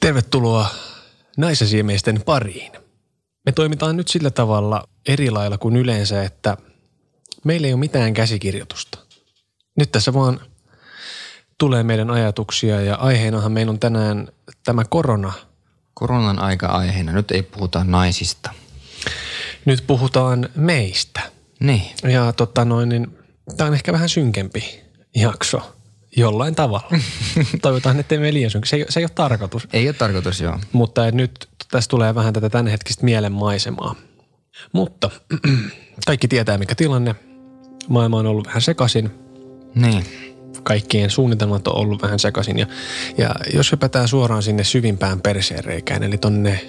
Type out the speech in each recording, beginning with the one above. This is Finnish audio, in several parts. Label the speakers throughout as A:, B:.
A: Tervetuloa naisasiamiesten pariin. Me toimitaan nyt sillä tavalla eri lailla kuin yleensä, että meillä ei ole mitään käsikirjoitusta. Nyt tässä vaan tulee meidän ajatuksia ja aiheenahan meillä on tänään tämä korona.
B: Koronan aika-aiheena. Nyt ei puhuta naisista.
A: Nyt puhutaan meistä.
B: Niin.
A: Ja tota noin, niin tämä on ehkä vähän synkempi jakso jollain tavalla. Toivotaan, ettei me liian synkkä. Se, ei- se ei ole tarkoitus.
B: Ei ole tarkoitus, joo.
A: Mutta et nyt tässä tulee vähän tätä tämänhetkistä mielenmaisemaa. Mutta kaikki tietää, mikä tilanne. Maailma on ollut vähän sekaisin.
B: Niin.
A: Kaikkien suunnitelmat on ollut vähän sekaisin. Ja, ja jos hypätään suoraan sinne syvimpään perseenreikään, eli tonne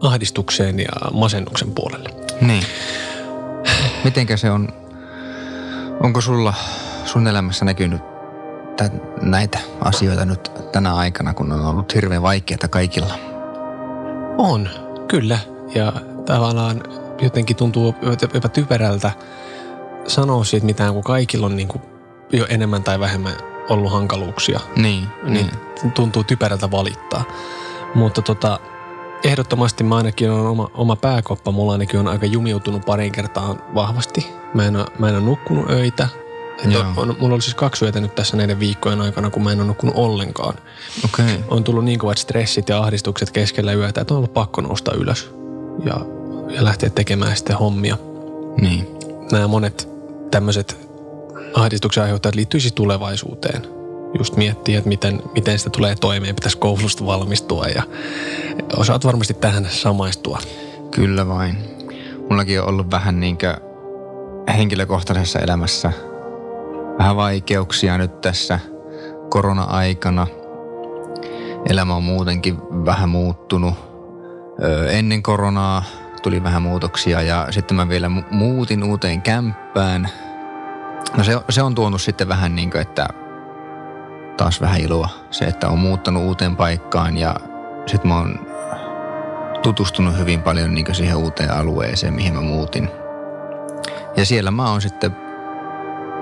A: ahdistukseen ja masennuksen puolelle.
B: Niin. Mitenkä se on, onko sulla sun elämässä näkynyt tä, näitä asioita nyt tänä aikana, kun on ollut hirveän vaikeata kaikilla?
A: On, kyllä. Ja tavallaan jotenkin tuntuu jopa typerältä sanoa siitä mitään, kun kaikilla on niin kuin jo enemmän tai vähemmän ollut hankaluuksia.
B: Niin.
A: niin tuntuu typerältä valittaa. Mutta tota, ehdottomasti mä ainakin on oma, oma pääkoppa, mulla ainakin on aika jumiutunut pariin kertaan vahvasti. Mä en, oo- mä en ole nukkunut öitä. Et
B: Joo.
A: on, on, mulla oli siis kaksi yötä nyt tässä näiden viikkojen aikana, kun mä en ole nukkunut ollenkaan.
B: Okei. Okay.
A: On tullut niin kovat stressit ja ahdistukset keskellä yötä, että on ollut pakko nousta ylös ja, ja lähteä tekemään sitten hommia
B: Niin.
A: nämä monet tämmöiset ahdistuksen aiheuttajat liittyisi tulevaisuuteen. Just miettiä, että miten, miten sitä tulee toimeen, pitäisi koulusta valmistua ja osaat varmasti tähän samaistua.
B: Kyllä vain. Mullakin on ollut vähän niinkö henkilökohtaisessa elämässä vähän vaikeuksia nyt tässä korona-aikana. Elämä on muutenkin vähän muuttunut. Öö, ennen koronaa tuli vähän muutoksia ja sitten mä vielä mu- muutin uuteen kämppään. No se, se on tuonut sitten vähän niin kuin, että taas vähän iloa se, että on muuttanut uuteen paikkaan ja sitten mä oon tutustunut hyvin paljon niin siihen uuteen alueeseen, mihin mä muutin. Ja siellä mä oon sitten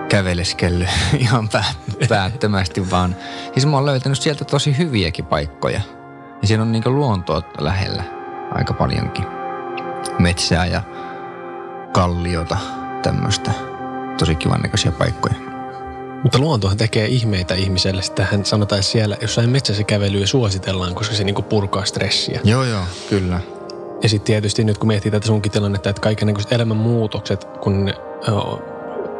B: käveleskellyt ihan pää- päättömästi vaan. Siis mä oon löytänyt sieltä tosi hyviäkin paikkoja. Ja siellä on niin luontoa lähellä aika paljonkin. Metsää ja kalliota, tämmöistä. Tosi kivan näköisiä paikkoja.
A: Mutta luontohan tekee ihmeitä ihmiselle. Sitähän sanotaan että siellä, jossain metsässä kävelyä suositellaan, koska se niinku purkaa stressiä.
B: Joo, joo, kyllä.
A: Ja sitten tietysti nyt kun miettii tätä sunkin tilannetta, että kaikenlaiset elämänmuutokset, kun ne, ö,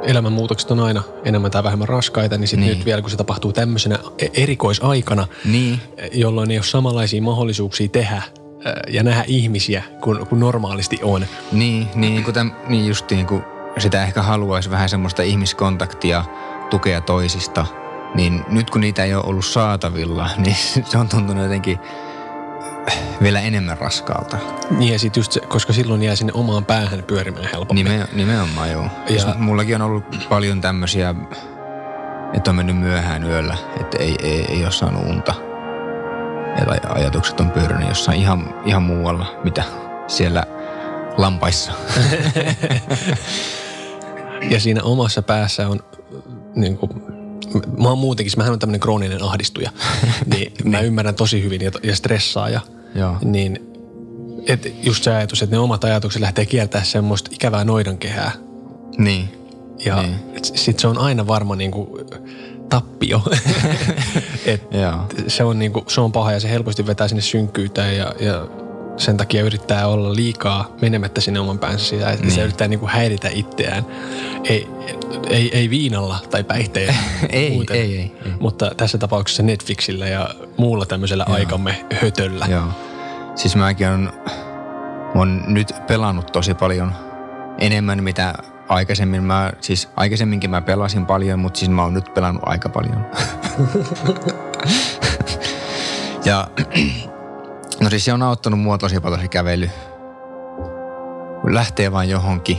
A: elämänmuutokset on aina enemmän tai vähemmän raskaita, niin sitten
B: Niin.
A: niin. nyt vielä kun se tapahtuu tämmöisenä e- erikoisaikana,
B: Niin,
A: jolloin ei ole samanlaisia mahdollisuuksia tehdä ää, ja nähdä ihmisiä kuin, kuin normaalisti on.
B: Niin, niin, kuten, niin justiin, kun sitä ehkä haluaisi vähän semmoista ihmiskontaktia, tukea toisista, niin nyt kun niitä ei ole ollut saatavilla, niin se on tuntunut jotenkin vielä enemmän raskaalta.
A: Niin ja sit just se, koska silloin jää sinne omaan päähän pyörimään helpommin.
B: Nime, nimenomaan joo.
A: Ja-
B: Ja. Mullakin on ollut paljon tämmöisiä, että on mennyt myöhään yöllä, että ei, ei, ei ole saanut unta. Ja tai ajatukset on pyörinyt jossain ihan, ihan muualla, mitä siellä lampaissa.
A: Ja siinä omassa päässä on äh, niin kuin, mä oon muutenkin, mähän on tämmöinen krooninen ahdistuja, niin mä ymmärrän tosi hyvin ja, ja stressaaja.
B: Joo.
A: Niin et just se ajatus, että ne omat ajatukset lähtee kiertää semmoista ikävää noidankehää.
B: Niin.
A: Ja
B: Niin.
A: sitten se on aina varma niin kuin, tappio. et,
B: Joo.
A: se on, niinku, se on paha ja se helposti vetää sinne synkkyyteen ja, ja sen takia yrittää olla liikaa menemättä sinne oman päänsä sisään. Että
B: Niin.
A: se yrittää niinku häiritä itseään. Ei, ei, ei viinalla tai päihteillä.
B: Ei,
A: muuten,
B: ei, ei, ei.
A: Mutta tässä tapauksessa Netflixillä ja muulla tämmöisellä aikamme hötöllä.
B: Joo. Siis mäkin on, on nyt pelannut tosi paljon enemmän mitä aikaisemmin. Mä, siis aikaisemminkin mä pelasin paljon, mutta siis mä oon nyt pelannut aika paljon. ja no siis se on auttanut mua tosi paljon se kävely. Kun Lähtee vaan johonkin.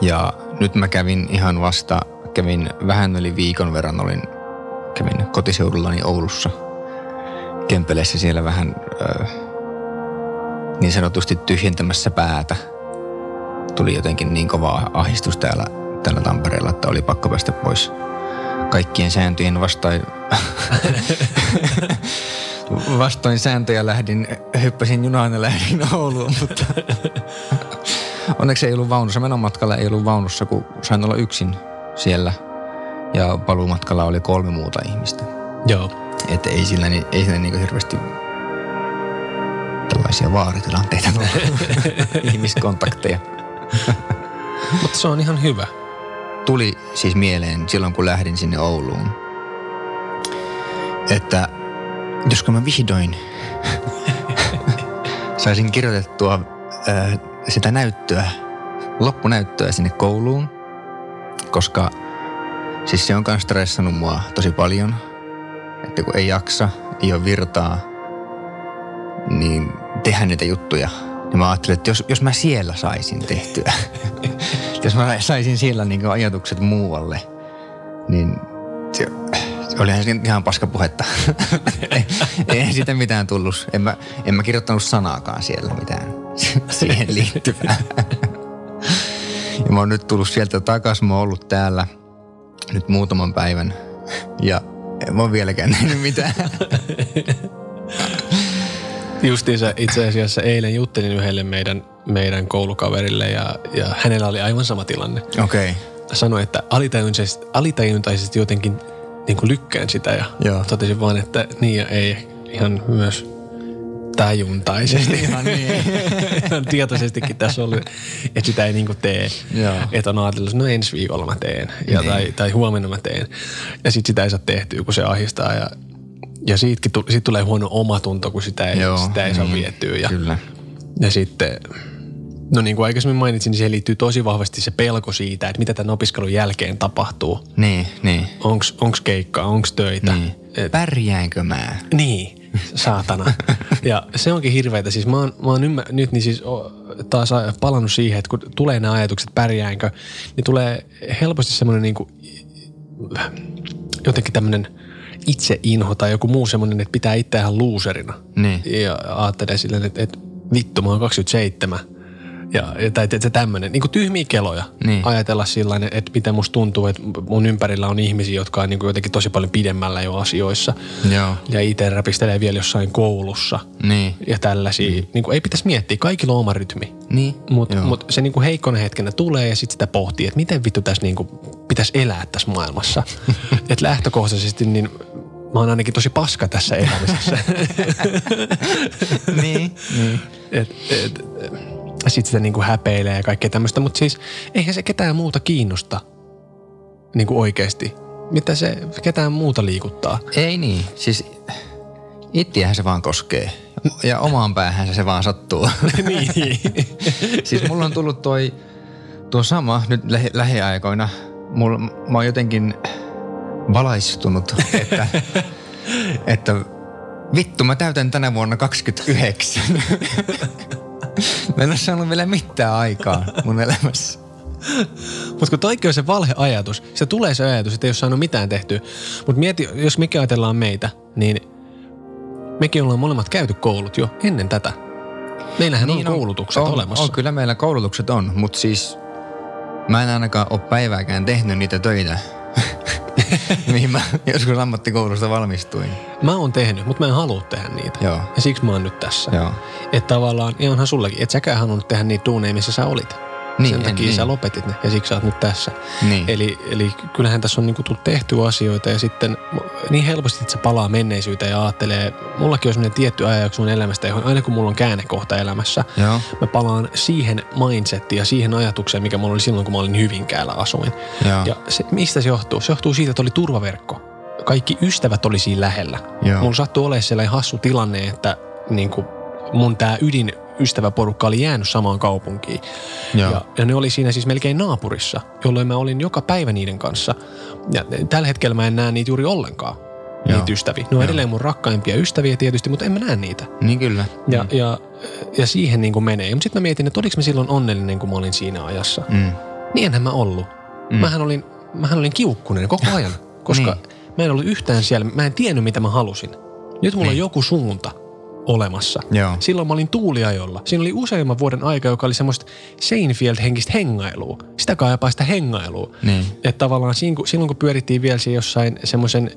B: Ja nyt mä kävin ihan vasta, kävin vähän yli viikon verran olin, kävin kotiseudullani Oulussa – Kempeleessä siellä vähän ö, niin sanotusti tyhjentämässä päätä. Tuli jotenkin niin kova ahdistus täällä, täällä Tampereella, että oli pakko päästä pois kaikkien sääntöjen vastaan vastoin sääntöjä lähdin, hyppäsin junaan ja lähdin Ouluun, mutta onneksi ei ollut vaunussa. Menon matkalla ei ollut vaunussa, kun sain olla yksin siellä ja paluumatkalla oli kolme muuta ihmistä.
A: Joo.
B: Että ei sillä, ni- ei sillä niin hirveästi tällaisia vaaritilanteita ollut. ihmiskontakteja.
A: Mutta se on ihan hyvä.
B: tuli siis mieleen silloin, kun lähdin sinne Ouluun, että josko mä vihdoin saisin kirjoitettua äh, sitä näyttöä, loppunäyttöä sinne kouluun, koska siis se on myös stressannut mua tosi paljon, että kun ei jaksa, ei ole virtaa, niin tehdä niitä juttuja. Ja mä ajattelin, että jos, jos mä siellä saisin tehtyä, jos mä saisin siellä niin ajatukset muualle, niin se, se olihan se nyt ihan paska puhetta. ei, ei siitä mitään tullut. En mä, en mä kirjoittanut sanaakaan siellä mitään siihen liittyvää. ja mä oon nyt tullut sieltä takaisin, mä oon ollut täällä nyt muutaman päivän ja en mä oon vieläkään nähnyt mitään.
A: Justiinsa itse asiassa eilen juttelin yhdelle meidän, meidän koulukaverille ja, ja hänellä oli aivan sama tilanne.
B: Okei. Okay.
A: Sanoi, että alitajuntaisesti, alitajuntaisesti jotenkin niin kuin lykkään sitä ja
B: Joo.
A: totesin vaan, että niin ja ei ihan myös tajuntaisesti.
B: Ihan niin.
A: ihan tietoisestikin tässä oli, että sitä ei niinku tee.
B: Joo.
A: Että on ajatellut, no ensi viikolla mä teen ja
B: Niin.
A: tai, tai huomenna mä teen. Ja sit sitä ei saa tehtyä, kun se ahistaa ja, ja siitäkin tu, siitä tulee huono omatunto, kun sitä ei, Joo, sitä ei saa
B: niin,
A: vietyä. Ja,
B: Kyllä.
A: ja sitten, no niin kuin aikaisemmin mainitsin, niin siihen liittyy tosi vahvasti se pelko siitä, että mitä tämän opiskelun jälkeen tapahtuu.
B: Niin, niin.
A: Onks, onks keikkaa, onks töitä.
B: niin.
A: Et,
B: Pärjäänkö mä?
A: niin, saatana. ja se onkin hirveätä. Siis mä oon, mä oon ymmär, nyt niin siis o- taas a- palannut siihen, että kun tulee nämä ajatukset, pärjäänkö, niin tulee helposti semmoinen niin kuin, jotenkin tämmöinen itseinho tai joku muu semmoinen, että pitää itseään luuserina.
B: Niin.
A: Ja ajattelee silleen, että, että vittu, mä oon 27. Ja, ja tai että tämmöinen, niin kuin tyhmiä keloja
B: Niin.
A: ajatella sillä tavalla, että miten musta tuntuu, että mun ympärillä on ihmisiä, jotka on niin kuin jotenkin tosi paljon pidemmällä jo asioissa
B: Joo.
A: ja itse räpistelee vielä jossain koulussa
B: Niin.
A: ja tällaisia. Mm. Niin kuin ei pitäisi miettiä, kaikilla on oma rytmi.
B: Niin.
A: Mutta
B: Joo.
A: mut se niinku heikkona hetkenä tulee ja sitten sitä pohtii, että miten vittu tässä niinku pitäisi elää tässä maailmassa. Et lähtökohtaisesti niin mä oon ainakin tosi paska tässä elämisessä.
B: niin. niin.
A: et, et, sitten sitä niinku häpeilee ja kaikkea tämmöistä, mutta siis eihän se ketään muuta kiinnosta niinku oikeasti. Mitä se ketään muuta liikuttaa.
B: Ei niin. Siis ittiähän se vaan koskee. Ja omaan päähän se vaan sattuu.
A: niin.
B: siis mulla on tullut toi, tuo sama nyt lähi, lähiaikoina. Mulla, mä oon jotenkin valaistunut, että, että vittu mä täytän tänä vuonna 29. mä en ole saanut vielä mitään aikaa mun elämässä.
A: Mutta kun toikin on se valheajatus, se tulee se ajatus, että ei ole saanut mitään tehtyä. Mutta mieti, jos mekin ajatellaan meitä, niin mekin ollaan molemmat käyty koulut jo ennen tätä. Meillähän niin on, koulutukset
B: on,
A: olemassa.
B: On, kyllä meillä koulutukset on, mutta siis mä en ainakaan ole päivääkään tehnyt niitä töitä, mihin mä joskus ammattikoulusta valmistuin.
A: Mä oon tehnyt, mutta mä en halua tehdä niitä.
B: Joo.
A: Ja siksi mä oon nyt tässä.
B: Joo.
A: Että tavallaan, ja onhan sullakin, että säkään halunnut tehdä niitä duuneja, missä sä olit.
B: Niin,
A: Sen
B: en,
A: takia
B: niin.
A: sä lopetit ne ja siksi sä oot nyt tässä.
B: Niin.
A: Eli, eli kyllähän tässä on niinku tullut tehty asioita ja sitten niin helposti, että se palaa menneisyyteen ja ajattelee. Mullakin on sellainen tietty ajanjakso mun elämästä, johon aina kun mulla on käännekohta elämässä,
B: Joo.
A: mä palaan siihen mindsettiin ja siihen ajatukseen, mikä mulla oli silloin, kun mä olin Hyvinkäällä asuin.
B: Joo.
A: Ja se, mistä se johtuu? Se johtuu siitä, että oli turvaverkko. Kaikki ystävät oli siinä lähellä.
B: Joo.
A: Mulla sattui olemaan sellainen hassu tilanne, että niin kuin mun tämä ydin ystäväporukka oli jäänyt samaan kaupunkiin.
B: Joo.
A: Ja, ja ne oli siinä siis melkein naapurissa, jolloin mä olin joka päivä niiden kanssa. Ja tällä hetkellä mä en näe niitä juuri ollenkaan,
B: Joo.
A: niitä ystäviä. Ne on edelleen mun rakkaimpia ystäviä tietysti, mutta en mä näe niitä.
B: Niin kyllä.
A: Ja, mm. ja, ja siihen niin kuin menee. Mutta sitten mä mietin, että oliko mä silloin onnellinen, kun mä olin siinä ajassa.
B: Mm.
A: Niin enhän mä ollut. Mm. Mähän, olin, mähän olin kiukkunen koko ajan, koska niin. mä en ollut yhtään siellä. Mä en tiennyt, mitä mä halusin. Nyt mulla niin. on joku suunta olemassa.
B: Joo.
A: Silloin mä olin tuuliajolla. Siinä oli useamman vuoden aika, joka oli semmoista Seinfeld-henkistä hengailua. Sitä kaipaa sitä hengailua.
B: Niin.
A: Että tavallaan siinä, kun- silloin, kun pyörittiin vielä siellä jossain semmoisen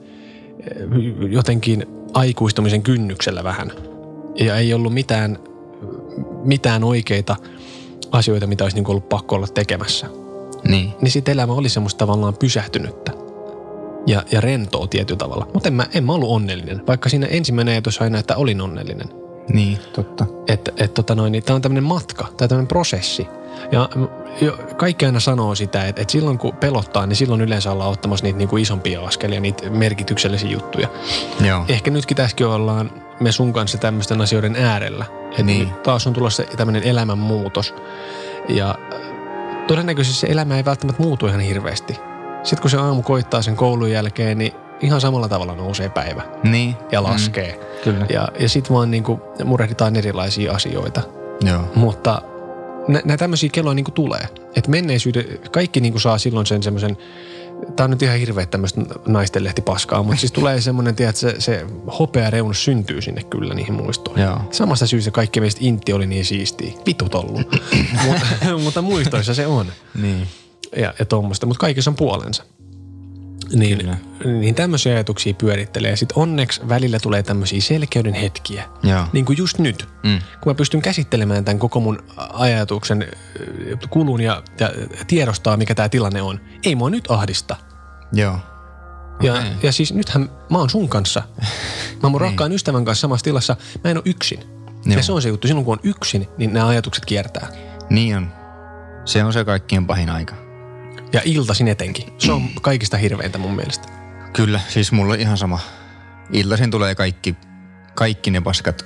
A: eh, jotenkin aikuistumisen kynnyksellä vähän. Ja ei ollut mitään, mitään oikeita asioita, mitä olisi niin kuin ollut pakko olla tekemässä.
B: Niin.
A: Niin sitten elämä oli semmoista tavallaan pysähtynyttä. Ja, ja rentoa tietyllä tavalla. Mutta en mä, en mä ollut onnellinen, vaikka siinä ensimmäinen ajatus aina, että olin onnellinen.
B: Niin, totta.
A: Että et, tota noin, niin tämä on tämmöinen matka tai tämmöinen prosessi. Ja mm, jo- kaikki aina sanoo sitä, että, että silloin kun pelottaa, niin silloin yleensä ollaan ottamassa niitä niin kuin isompia askelia, niitä merkityksellisiä juttuja.
B: Joo.
A: Ehkä nytkin tässäkin ollaan me sun kanssa tämmöisten asioiden äärellä. Et
B: Niin.
A: nyt Taas on tulossa tämmöinen elämänmuutos. Ja äh, todennäköisesti se elämä ei välttämättä muutu ihan hirveästi. Sitten kun se aamu koittaa sen koulun jälkeen, niin ihan samalla tavalla nousee päivä
B: Niin.
A: ja laskee.
B: Mm, kyllä.
A: Ja, ja sitten vaan niin kuin murehditaan erilaisia asioita.
B: Joo.
A: Mutta nämä tämmöisiä kelloja niin tulee. Että menneisyyden, kaikki niin saa silloin sen semmoisen, tämä on nyt ihan hirveä tämmöistä naistenlehti paskaa, mutta siis tulee semmoinen, tiedät, se, se hopea reunus syntyy sinne kyllä niihin muistoihin.
B: Joo.
A: Samasta syystä kaikki meistä intti oli niin siistiä. Vitut ollut. mutta, mutta muistoissa se on
B: Niin.
A: ja, ja tuommoista, mutta kaikessa on puolensa. Niin,
B: Kyllä.
A: niin tämmöisiä ajatuksia pyörittelee. Sitten onneksi välillä tulee tämmöisiä selkeyden hetkiä.
B: Joo.
A: Niin kuin just nyt,
B: Mm.
A: kun mä pystyn käsittelemään tämän koko mun ajatuksen ö, kulun ja, ja tiedostaa, mikä tämä tilanne on. Ei mua nyt ahdista.
B: Joo. Niin
A: Ja,
B: Okei. Niin.
A: ja siis nythän mä oon sun kanssa. Mä oon mun rakkaan ystävän kanssa samassa tilassa. Mä en ole yksin. Joo. Ja
B: Joo.
A: se on se juttu. Silloin kun on yksin, niin nämä ajatukset kiertää.
B: Niin on. Se on se kaikkien pahin aika.
A: Ja iltasin etenkin. Se on kaikista hirveintä mun mielestä.
B: Kyllä, siis mulla on ihan sama. Iltaisin tulee kaikki, kaikki ne paskat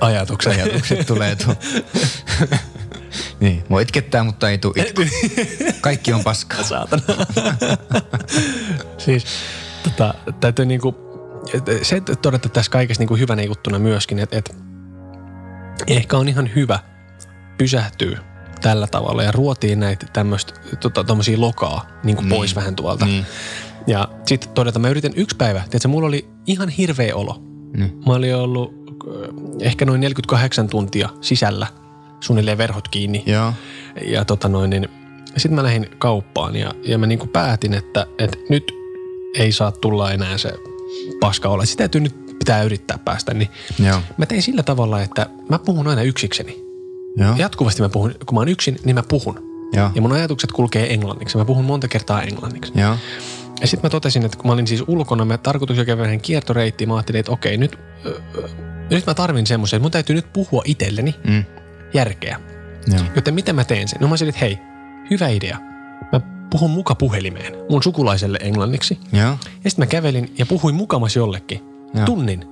A: Ajatukset.
B: ajatukset tulee tuo. niin, voi itkettää, mutta ei tuu itku. Kaikki on paskaa.
A: saatana. siis tota, täytyy niinku, et- se todeta tässä kaikessa niinku hyvänä juttuna myöskin, että et, ehkä on ihan hyvä pysähtyä tällä tavalla ja ruotiin näitä tämmöistä tota, tommosia lokaa niinku niin. pois vähän tuolta.
B: Niin.
A: Ja sitten todeta, mä yritin yksi päivä, tiedätkö, mulla oli ihan hirveä olo.
B: Niin.
A: Mä olin ollut ö, ehkä noin 48 tuntia sisällä suunnilleen verhot kiinni
B: Joo.
A: ja tota noin, niin sitten mä lähdin kauppaan ja, ja mä niinku päätin, että, että nyt ei saa tulla enää se paska olla. Sitä täytyy nyt pitää yrittää päästä. Niin
B: Joo.
A: mä tein sillä tavalla, että mä puhun aina yksikseni.
B: Joo.
A: Jatkuvasti mä puhun, kun mä oon yksin, niin mä puhun.
B: Joo.
A: Ja mun ajatukset kulkee englanniksi. Mä puhun monta kertaa englanniksi.
B: Joo.
A: Ja sitten mä totesin, että kun mä olin siis ulkona, mä tarkoitus jo käydä vähän kiertoreittiin. Mä ajattelin, että okei, nyt, ö, ö, nyt mä tarvin semmoisen, että mun täytyy nyt puhua itselleni
B: Mm.
A: järkeä.
B: Joo.
A: Joten mitä mä teen sen? No mä sanoin, että hei, hyvä idea. Mä puhun muka puhelimeen mun sukulaiselle englanniksi.
B: Joo.
A: Ja sitten mä kävelin ja puhuin mukamas jollekin.
B: Joo.
A: Tunnin.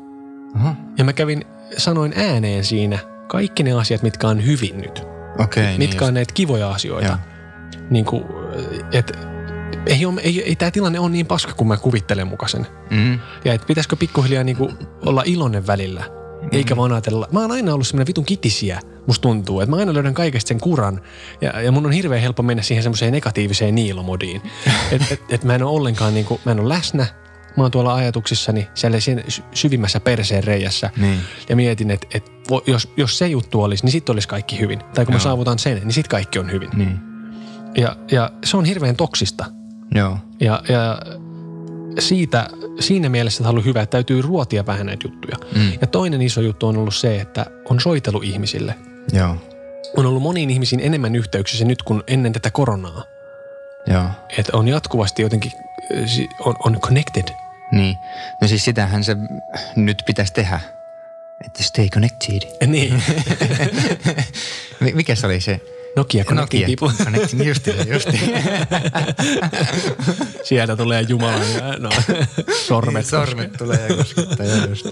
B: Aha.
A: Ja mä kävin, sanoin ääneen siinä kaikki ne asiat, mitkä on hyvin nyt.
B: Okei. Okay,
A: mitkä
B: niin
A: on näitä kivoja asioita.
B: Joo.
A: Niin kuin, et, ei, on, ei, ei tämä tilanne ole niin paska kuin mä kuvittelen muka sen.
B: just. Mm.
A: Ja että pitäisikö pikkuhiljaa niinku olla iloinen välillä, eikä
B: Mm.
A: vaan ajatella. Mä oon aina ollut semmoinen vitun kitisiä, musta tuntuu. Että mä aina löydän kaikesta sen kuran ja, ja mun on hirveän helppo mennä siihen semmoiseen negatiiviseen niilomodiin. Että et, et mä en ole ollenkaan niinku, mä en ole läsnä. Mä oon tuolla ajatuksissani siellä sen sy- syvimmässä perseen reijässä
B: Niin.
A: ja mietin, että et, vo- jos, jos se juttu olisi, niin sitten olisi kaikki hyvin. Tai kun mä
B: Joo.
A: saavutan sen, niin sitten kaikki on hyvin.
B: Niin.
A: Ja, ja se on hirveän toksista.
B: Joo.
A: Ja, ja siitä, siinä mielessä tämä on ollut hyvä, että täytyy ruotia vähän näitä juttuja.
B: Mm.
A: Ja toinen iso juttu on ollut se, että on soitellut ihmisille.
B: Joo.
A: On ollut moniin ihmisiin enemmän yhteyksissä nyt kuin ennen tätä koronaa.
B: Joo.
A: Että on jatkuvasti jotenkin, äh, si- on, on connected.
B: Niin. No siis sitähän se nyt pitäisi tehdä. Että stay connected.
A: Niin,
B: Mi- mikä se oli se?
A: Nokia Connected People.
B: Connecting, justi, justi.
A: Sieltä tulee Jumala ja no, sormet.
B: Niin, Sormet tulee ja koskettaa, joo, just.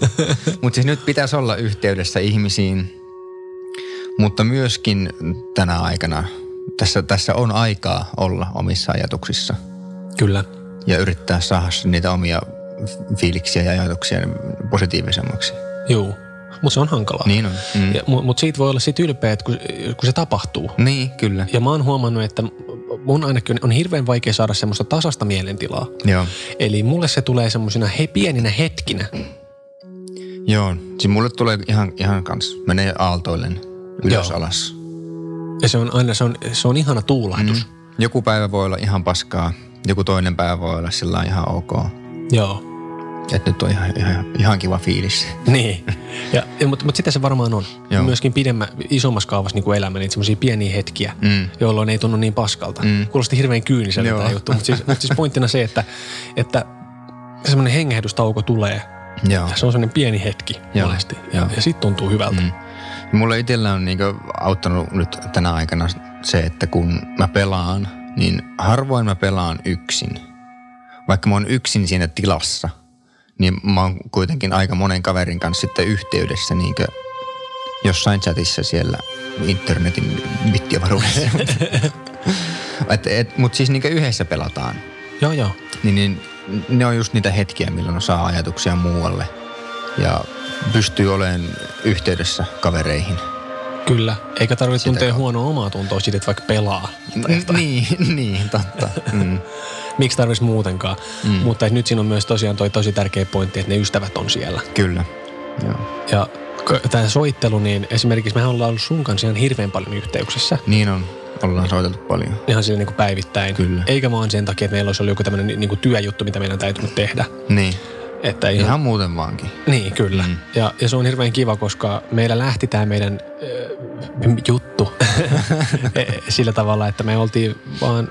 B: Mutta siis nyt pitäisi olla yhteydessä ihmisiin, mutta myöskin tänä aikana. Tässä, tässä on aikaa olla omissa ajatuksissa
A: Kyllä,
B: ja yrittää saada niitä omia f- fiiliksiä ja ajatuksia positiivisemmaksi.
A: juu. Mutta se on hankalaa.
B: Niin on. Mm.
A: Mutta siitä voi olla sit ylpeä, että kun, kun se tapahtuu.
B: Niin, kyllä.
A: Ja mä oon huomannut, että mun ainakin on hirveän vaikea saada semmoista tasasta mielentilaa.
B: Joo.
A: Eli mulle se tulee semmoisina he, pieninä hetkinä.
B: Joo. Siis mulle tulee ihan, ihan kans, menee aaltoillen ylös
A: Joo.
B: Joo. alas.
A: Ja se on aina, se on, se on ihana tuulahdus. Mm.
B: Mm. Joku päivä voi olla ihan paskaa, joku toinen päivä voi olla sillä lailla ihan ok.
A: Joo.
B: Että nyt on ihan, ihan, ihan kiva fiilis.
A: Niin, ja, ja, mutta, mutta sitä se varmaan on.
B: Joo.
A: Joo. Myöskin pidemmä, isommassa kaavassa niin kuin elämä, niitä semmoisia pieniä hetkiä,
B: Mm.
A: jolloin ei tunnu niin paskalta.
B: Mm.
A: Kuulosti hirveän kyyniseltä
B: Joo.
A: tämä juttu, mutta siis, mutta siis pointtina se, että, että semmoinen hengähdystauko tulee.
B: Joo.
A: Se on semmoinen pieni hetki
B: Joo.
A: Joo. monesti ja,
B: Joo.
A: ja sitten tuntuu hyvältä. Mm.
B: Mulle itsellä on niinku auttanut nyt tänä aikana se, että kun mä pelaan, niin harvoin mä pelaan yksin. Vaikka mä oon yksin siinä tilassa, niin mä oon kuitenkin aika monen kaverin kanssa sitten yhteydessä niinku jossain chatissa siellä internetin bittiavaruudessa. Mutta et, mut siis niinku yhdessä pelataan.
A: Joo, joo.
B: Niin, niin ne on just niitä hetkiä, milloin saa ajatuksia muualle ja pystyy olemaan yhteydessä kavereihin.
A: Kyllä, eikä tarvitse
B: Sitä
A: tuntea
B: kautta.
A: huonoa omaa tuntoa siitä, että vaikka pelaa.
B: N- niin, niin, totta. Mm.
A: Miksi tarvitsisi muutenkaan? Mm. Mutta et nyt siinä on myös tosiaan toi tosi tärkeä pointti, että ne ystävät on siellä.
B: Kyllä. Joo.
A: Ja tämä soittelu, niin esimerkiksi mehän ollaan ollut sun kanssa ihan hirveän paljon yhteyksissä.
B: Niin on. Ollaan soiteltu paljon.
A: Ihan sille niin kuin päivittäin.
B: Kyllä.
A: Eikä vaan sen takia, että meillä olisi ollut joku tämmöinen niin kuin työjuttu, mitä meidän täytyy nyt tehdä.
B: Niin.
A: Että ihan,
B: Ihan muuten vaankin.
A: Niin, kyllä.
B: Mm.
A: Mm. Ja, ja se on hirveän kiva, koska meillä lähti tämä meidän äh, juttu e, sillä tavalla, että me oltiin vaan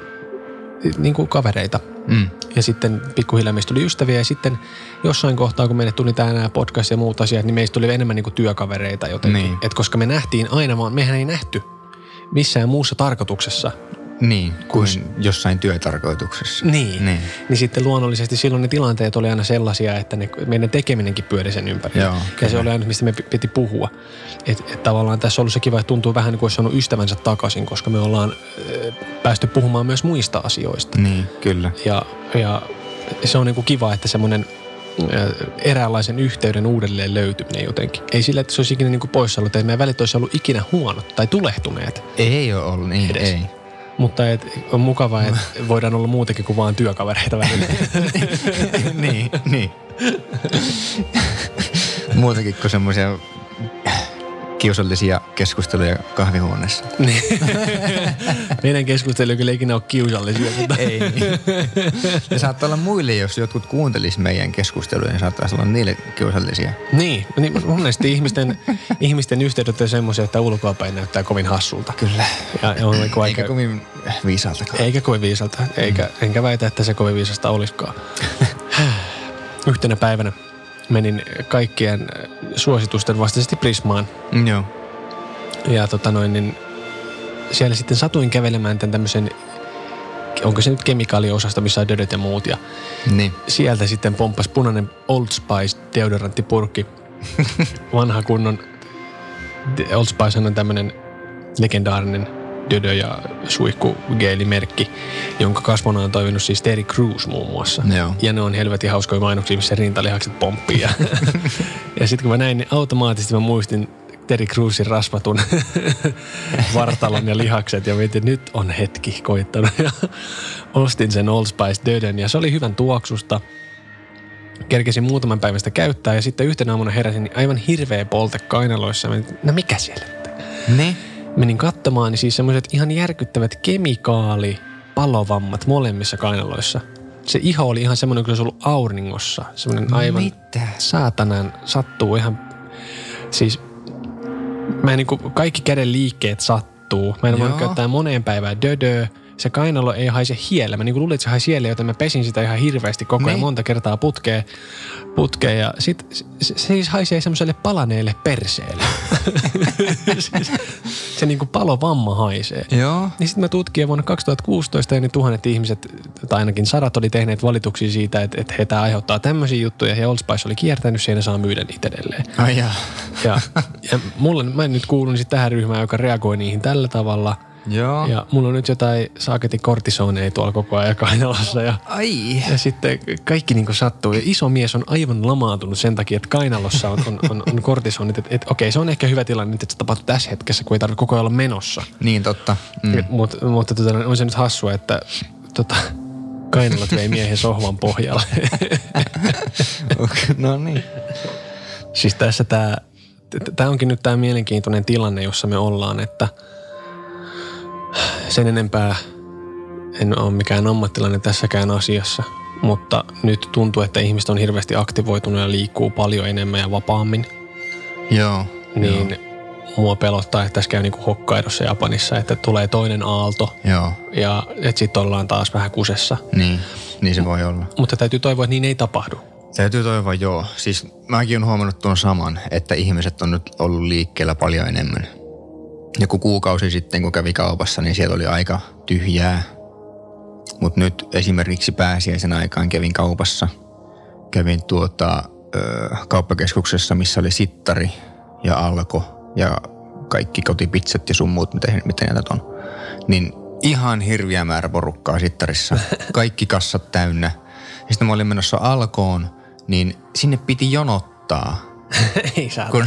A: niin kuin kavereita.
B: Mm.
A: Ja sitten pikkuhiljaa meistä tuli ystäviä ja sitten jossain kohtaa, kun meille tuli tämä podcast ja muut asiat, niin meistä tuli enemmän niinku työkavereita jotenkin.
B: Niin.
A: Niin. Et koska me nähtiin aina vaan, mehän ei nähty missään muussa tarkoituksessa.
B: Niin, kuin jossain työtarkoituksessa.
A: Niin.
B: Niin.
A: Niin sitten luonnollisesti silloin ne tilanteet oli aina sellaisia, että ne, meidän tekeminenkin pyöri sen ympärillä.
B: Joo,
A: ja se
B: kyllä.
A: oli aina, mistä me pi- piti puhua. Et, et tavallaan tässä on ollut se kiva, että tuntuu vähän niin kuin olisi saanut ystävänsä takaisin, koska me ollaan äh, päästy puhumaan myös muista asioista.
B: Niin, kyllä.
A: Ja, ja se on niinku kiva, että semmoinen ö, eräänlaisen yhteyden uudelleen löytyminen jotenkin. Ei sillä, että se olisi ikinä niinku poissa ollut, että meidän välit olisi ollut ikinä huonot tai tulehtuneet.
B: Ei ole ollut, niin
A: Edes.
B: ei.
A: Mutta et, on mukavaa, että voidaan olla muutakin kuin vaan työkavereita välillä.
B: niin, niin. Muutakin kuin semmoisia kiusallisia keskusteluja kahvihuoneessa.
A: Niin. meidän keskustelu ei kyllä ikinä ole kiusallisia, mutta
B: Ei. Ne saattaa olla muille, jos jotkut kuuntelis meidän keskusteluja, niin saattaisi olla niille kiusallisia.
A: niin, niin monesti ihmisten, ihmisten yhteydet on semmoisia, että ulkoapäin näyttää kovin hassulta.
B: Kyllä.
A: Ja on niinku aika,
B: Eikä kovin viisaaltakaan.
A: Eikä kovin viisalta, eikä, enkä väitä, että se kovin viisasta olisikaan. Yhtenä päivänä menin kaikkien äh, suositusten vastaisesti Prismaan
B: Mm, Joo.
A: ja tota noin, niin siellä sitten satuin kävelemään tämän tämmöisen, onko se nyt kemikaaliosasta, missä on dödöt ja muut ja
B: Niin.
A: sieltä sitten pomppas punainen Old Spice deodoranttipurkki. Vanha kunnon de- Old Spice on tämmöinen legendaarinen dödö ja suihkugeelimerkki, jonka kasvona on toiminut siis Terry Crews muun muassa.
B: Joo.
A: Ja ne on helvetin hauskoja mainoksia, missä rintalihakset pomppii. Ja, ja sitten kun mä näin, niin automaattisesti mä muistin Terry Crewsin rasvatun vartalon ja lihakset ja mietin, että nyt on hetki koittanut. Ja ostin sen Old Spice Döden ja se oli hyvän tuoksusta. Kerkesin muutaman päivän sitä käyttää ja sitten yhtenä aamuna heräsin niin aivan hirveä polte kainaloissa. Mä mietin, no mikä siellä? nyt on?"
B: Niin.
A: Menin katsomaan, niin siis semmoiset ihan järkyttävät kemikaali palovammat molemmissa kainaloissa. Se iho oli ihan semmoinen, kun se olisi ollut auringossa. Semmoinen aivan
B: No Mitä?
A: saatanan sattuu ihan, siis mä en niinku, kaikki käden liikkeet sattuu. Mä en
B: Joo.
A: voinut käyttää moneen päivään dödöä. Se kainalo ei haise hiellä. Mä niinku luulin, että se haisi hiellä, joten mä pesin sitä ihan hirveästi koko ajan
B: Niin.
A: monta kertaa putkeen. putkeen ja sit se, se siis haisee semmoiselle palaneelle perseelle. siis, se niinku palovamma haisee.
B: Joo.
A: Niin sitten mä tutkin ja vuonna 2016 ja niin tuhannet ihmiset, tai ainakin sadat, oli tehneet valituksia siitä, että, että he tämä aiheuttaa tämmöisiä juttuja ja Old Spice oli kiertänyt sen ja saa myydä niitä edelleen.
B: Ai jaa.
A: Ja, ja mulla, mä en nyt kuulun sit tähän ryhmään, joka reagoi niihin tällä tavalla.
B: Joo.
A: Ja mulla on nyt jotain saaketin kortisoneja tuolla koko ajan kainalossa ja,
B: Ai.
A: ja sitten kaikki niinku sattuu. Ja iso mies on aivan lamaantunut sen takia, että kainalossa on, on, on, on kortisonit. Että et, okei, se on ehkä hyvä tilanne, että se tapahtuu tässä hetkessä, kun ei tarvitse koko ajan olla menossa.
B: Niin totta. Mm.
A: Mut, mutta tota, on se nyt hassua, että tota, kainalat vei miehen sohvan pohjalle.
B: Okei, no niin.
A: siis tässä tämä, tämä onkin nyt tämä mielenkiintoinen tilanne, jossa me ollaan, että sen enempää en ole mikään ammattilainen tässäkään asiassa, mutta nyt tuntuu, että ihmiset on hirveästi aktivoitunut ja liikkuu paljon enemmän ja vapaammin.
B: Joo.
A: Niin mua pelottaa, että tässä käy niin kuin Hokkaidossa ja Japanissa, että tulee toinen aalto
B: Joo.
A: ja että sitten ollaan taas vähän kusessa.
B: Niin. Niin se voi olla.
A: Mutta täytyy toivoa, että niin ei tapahdu.
B: Täytyy toivoa, joo. Siis mäkin olen huomannut tuon saman, että ihmiset on nyt ollut liikkeellä paljon enemmän. Joku kuukausi sitten, kun kävi kaupassa, niin siellä oli aika tyhjää. Mutta nyt esimerkiksi pääsiäisen aikaan kävin kaupassa. Kävin tuota, ö, kauppakeskuksessa, missä oli sittari ja alko ja kaikki kotipizzat ja sun muut, mitä, mitä näitä on. Niin ihan hirviä määrä porukkaa sittarissa. Kaikki kassat täynnä. Ja sitten mä olin menossa alkoon, niin sinne piti jonottaa.
A: ei saa.
B: Kun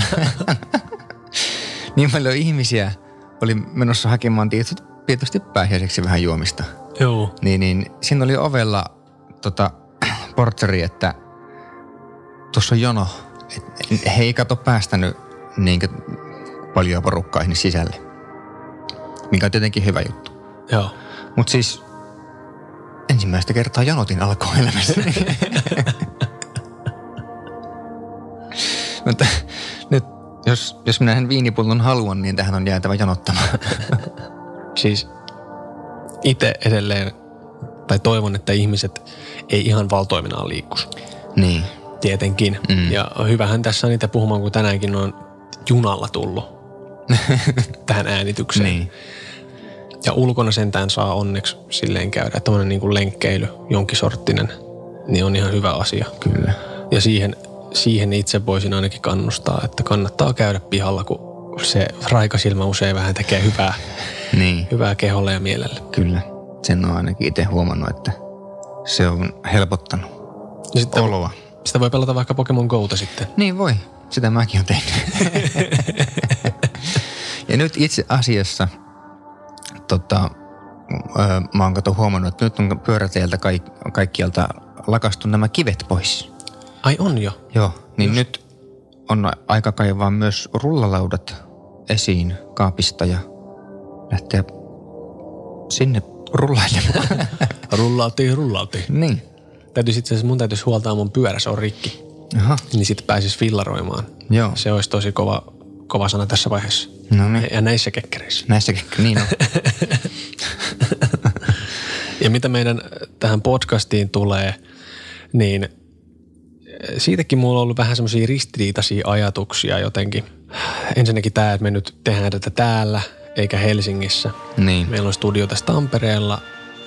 B: niin paljon ihmisiä oli menossa hakemaan tietysti, tietysti pääsiäiseksi vähän juomista.
A: Joo.
B: Niin, niin siinä oli ovella tota, portsari, että tuossa on jono. Et, he ei kato päästänyt niin paljon porukkaa sinne sisälle. Mikä on tietenkin hyvä juttu.
A: Joo.
B: Mutta siis ensimmäistä kertaa janotin alkoi elämässä. Mutta nyt, jos, jos minä hän viinipullon haluan, niin tähän on jäätävä janottamaan.
A: Siis itse edelleen, tai toivon, että ihmiset ei ihan valtoiminaan liikkus.
B: niin.
A: Tietenkin. Mm. Ja hyvähän tässä on niitä puhumaan, kun tänäänkin on junalla tullut tähän äänitykseen.
B: Niin.
A: Ja ulkona sentään saa onneksi silleen käydä. Tuommoinen niin kuin lenkkeily, jonkin sorttinen, niin on ihan hyvä asia.
B: Kyllä.
A: Ja siihen, siihen itse voisin ainakin kannustaa, että kannattaa käydä pihalla, kun se raikas ilma usein vähän tekee hyvää,
B: Niin,
A: hyvää keholle ja mielelle.
B: kyllä. Sen on ainakin itse huomannut, että se on helpottanut
A: Ja sitten
B: oloa.
A: sitä voi pelata vaikka Pokemon Gouta sitten.
B: Niin voi, sitä mäkin olen tehnyt. ja nyt itse asiassa, tota, öö, mä oon kato huomannut, että nyt on pyöräteiltä kaik, kaikkialta lakastu nämä kivet pois.
A: Ai on jo.
B: Joo, niin nyt on aika kaivaa myös rullalaudat esiin kaapista ja lähteä sinne rullailemaan.
A: Rullautiin, rullautiin.
B: niin.
A: Täytyisi itse asiassa, mun täytyisi huoltaa mun pyörä, se on rikki.
B: Aha,
A: Niin sitten pääsis fillaroimaan.
B: joo.
A: Se olisi tosi kova, kova sana tässä vaiheessa.
B: No niin.
A: Ja näissä kekkereissä.
B: Näissäkin, niin on.
A: Ja mitä meidän äh, tähän podcastiin tulee, niin äh, siitäkin mulla on ollut vähän semmoisia ristiriitaisia ajatuksia jotenkin. Ensinnäkin tämä, että me nyt tehdään tätä täällä eikä Helsingissä.
B: niin.
A: Meillä on studio tässä Tampereella,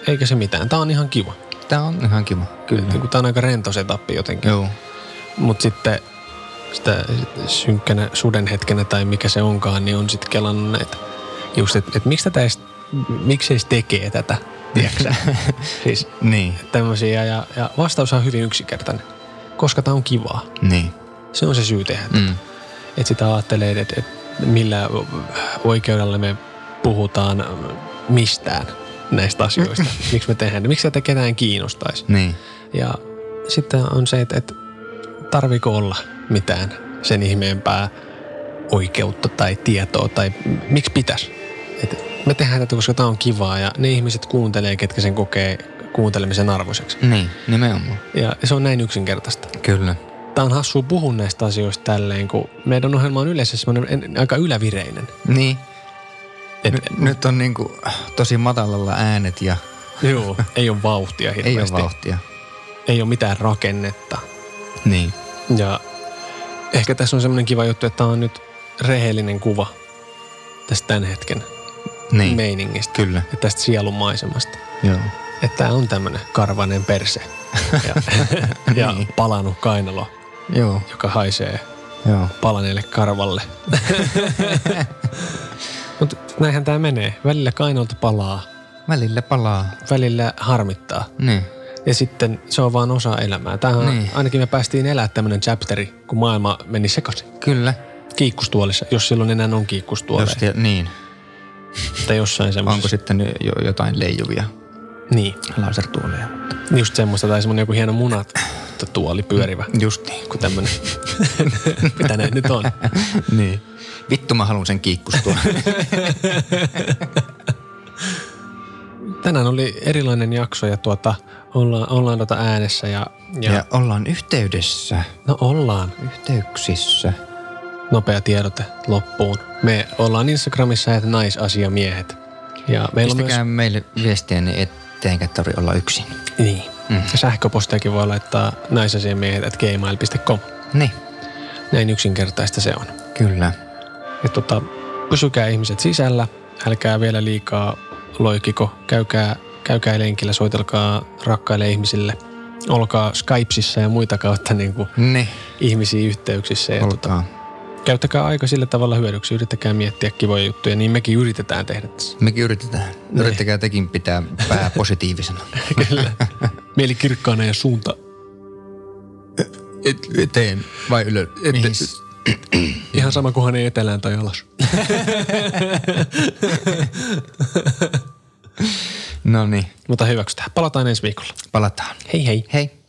A: eikä se mitään. Tämä on ihan kiva.
B: Tää on ihan kiva.
A: Kyllä. Tämä on aika rento setappi jotenkin.
B: Joo.
A: Mutta sitten sitä synkkänä sudenhetkenä tai mikä se onkaan, niin on sitten kelannut näitä. Just, että et miksi tätä edes, miksi edes tekee tätä, tiedätkö sä? siis
B: Niin.
A: tämmöisiä ja, ja vastaus on hyvin yksinkertainen. Koska tämä on kivaa.
B: Niin.
A: Se on se syy tehdä.
B: Mm.
A: Että sitä ajattelee, että et millä oikeudella me puhutaan äh, mistään näistä asioista. Miksi me tehdään, miksi tätä ketään kiinnostaisi.
B: Niin.
A: Ja sitten on se, että, että tarviko olla mitään sen ihmeempää oikeutta tai tietoa tai m- miksi pitäisi. Et me tehdään tätä, koska tämä on kivaa ja ne ihmiset kuuntelee, ketkä sen kokee kuuntelemisen arvoiseksi.
B: Niin, nimenomaan.
A: Ja se on näin yksinkertaista.
B: Kyllä.
A: Tämä on hassua puhua näistä asioista tälleen, kun meidän ohjelma on yleensä semmoinen en- aika ylävireinen.
B: Niin.
A: Et,
B: N- nyt on niinku tosi matalalla äänet ja
A: joo, ei ole vauhtia
B: ei ole
A: hirveästi.
B: vauhtia.
A: ei ole mitään rakennetta.
B: Niin.
A: Ja ehkä tässä on semmoinen kiva juttu, että tämä on nyt rehellinen kuva tästä tämän hetken
B: Niin.
A: meiningistä.
B: Kyllä.
A: Ja tästä sielumaisemasta.
B: Joo.
A: Että tämä on tämmöinen karvanen perse ja, ja
B: Niin.
A: palanut kainalo,
B: Joo.
A: joka haisee
B: Joo.
A: palaneelle karvalle. Mutta näinhän tämä menee. Välillä kainolta palaa,
B: Välillä palaa.
A: välillä harmittaa.
B: Niin.
A: Ja sitten se on vaan osa elämää. Tämähän niin.
B: Niin.
A: ainakin me päästiin elää tämmöinen chapteri, kun maailma meni sekaisin.
B: Kyllä.
A: kiikkustuolissa, jos silloin enää on kiikkustuoleja.
B: Jos tie- niin.
A: Tai jossain semmoisessa.
B: Onko sitten jo jotain leijuvia
A: Niin,
B: lasertuoleja?
A: just semmoista tai semmoinen joku hieno munat tuoli pyörivä.
B: Just niin.
A: Kun tämmönen, mitä ne nyt on.
B: niin. Vittu mä haluan sen kiikkustuolen.
A: Tänään oli erilainen jakso ja tuota, ollaan, ollaan tuota äänessä ja,
B: Ja,
A: ja,
B: ja ollaan yhteydessä,
A: no ollaan.
B: yhteyksissä.
A: Nopea tiedote loppuun. Me ollaan Instagramissa että naisasiamiehet. Ja meillä on myös,
B: Pistäkää meille viestiä, niin etteikä tarvi olla yksin.
A: niin, mm. sähköpostiakin voi laittaa naisasiamiehet at gmail.com.
B: Niin,
A: Näin yksinkertaista se on.
B: kyllä.
A: Ja tota, pysykää ihmiset sisällä, älkää vielä liikaa loikiko, käykää, käykää lenkillä, soitelkaa rakkaille ihmisille, olkaa Skypesissa ja muita kautta niin kuin
B: Niin,
A: ihmisiä yhteyksissä ja tota,
B: olkaa.
A: käyttäkää aika sillä tavalla hyödyksi, yrittäkää miettiä kivoja juttuja, niin mekin yritetään tehdä tässä.
B: Mekin yritetään.
A: Niin.
B: Yrittäkää tekin pitää pää positiivisena.
A: Kyllä. Mieli kirkkaana ja suunta.
B: Et, eteen vai ylös? Mihin? s-
A: Ihan sama kunhan ei etelään tai alas.
B: No niin,
A: Mutta hyväksytään. Palataan ensi viikolla.
B: No niin. palataan.
A: Hei hei.
B: Hei.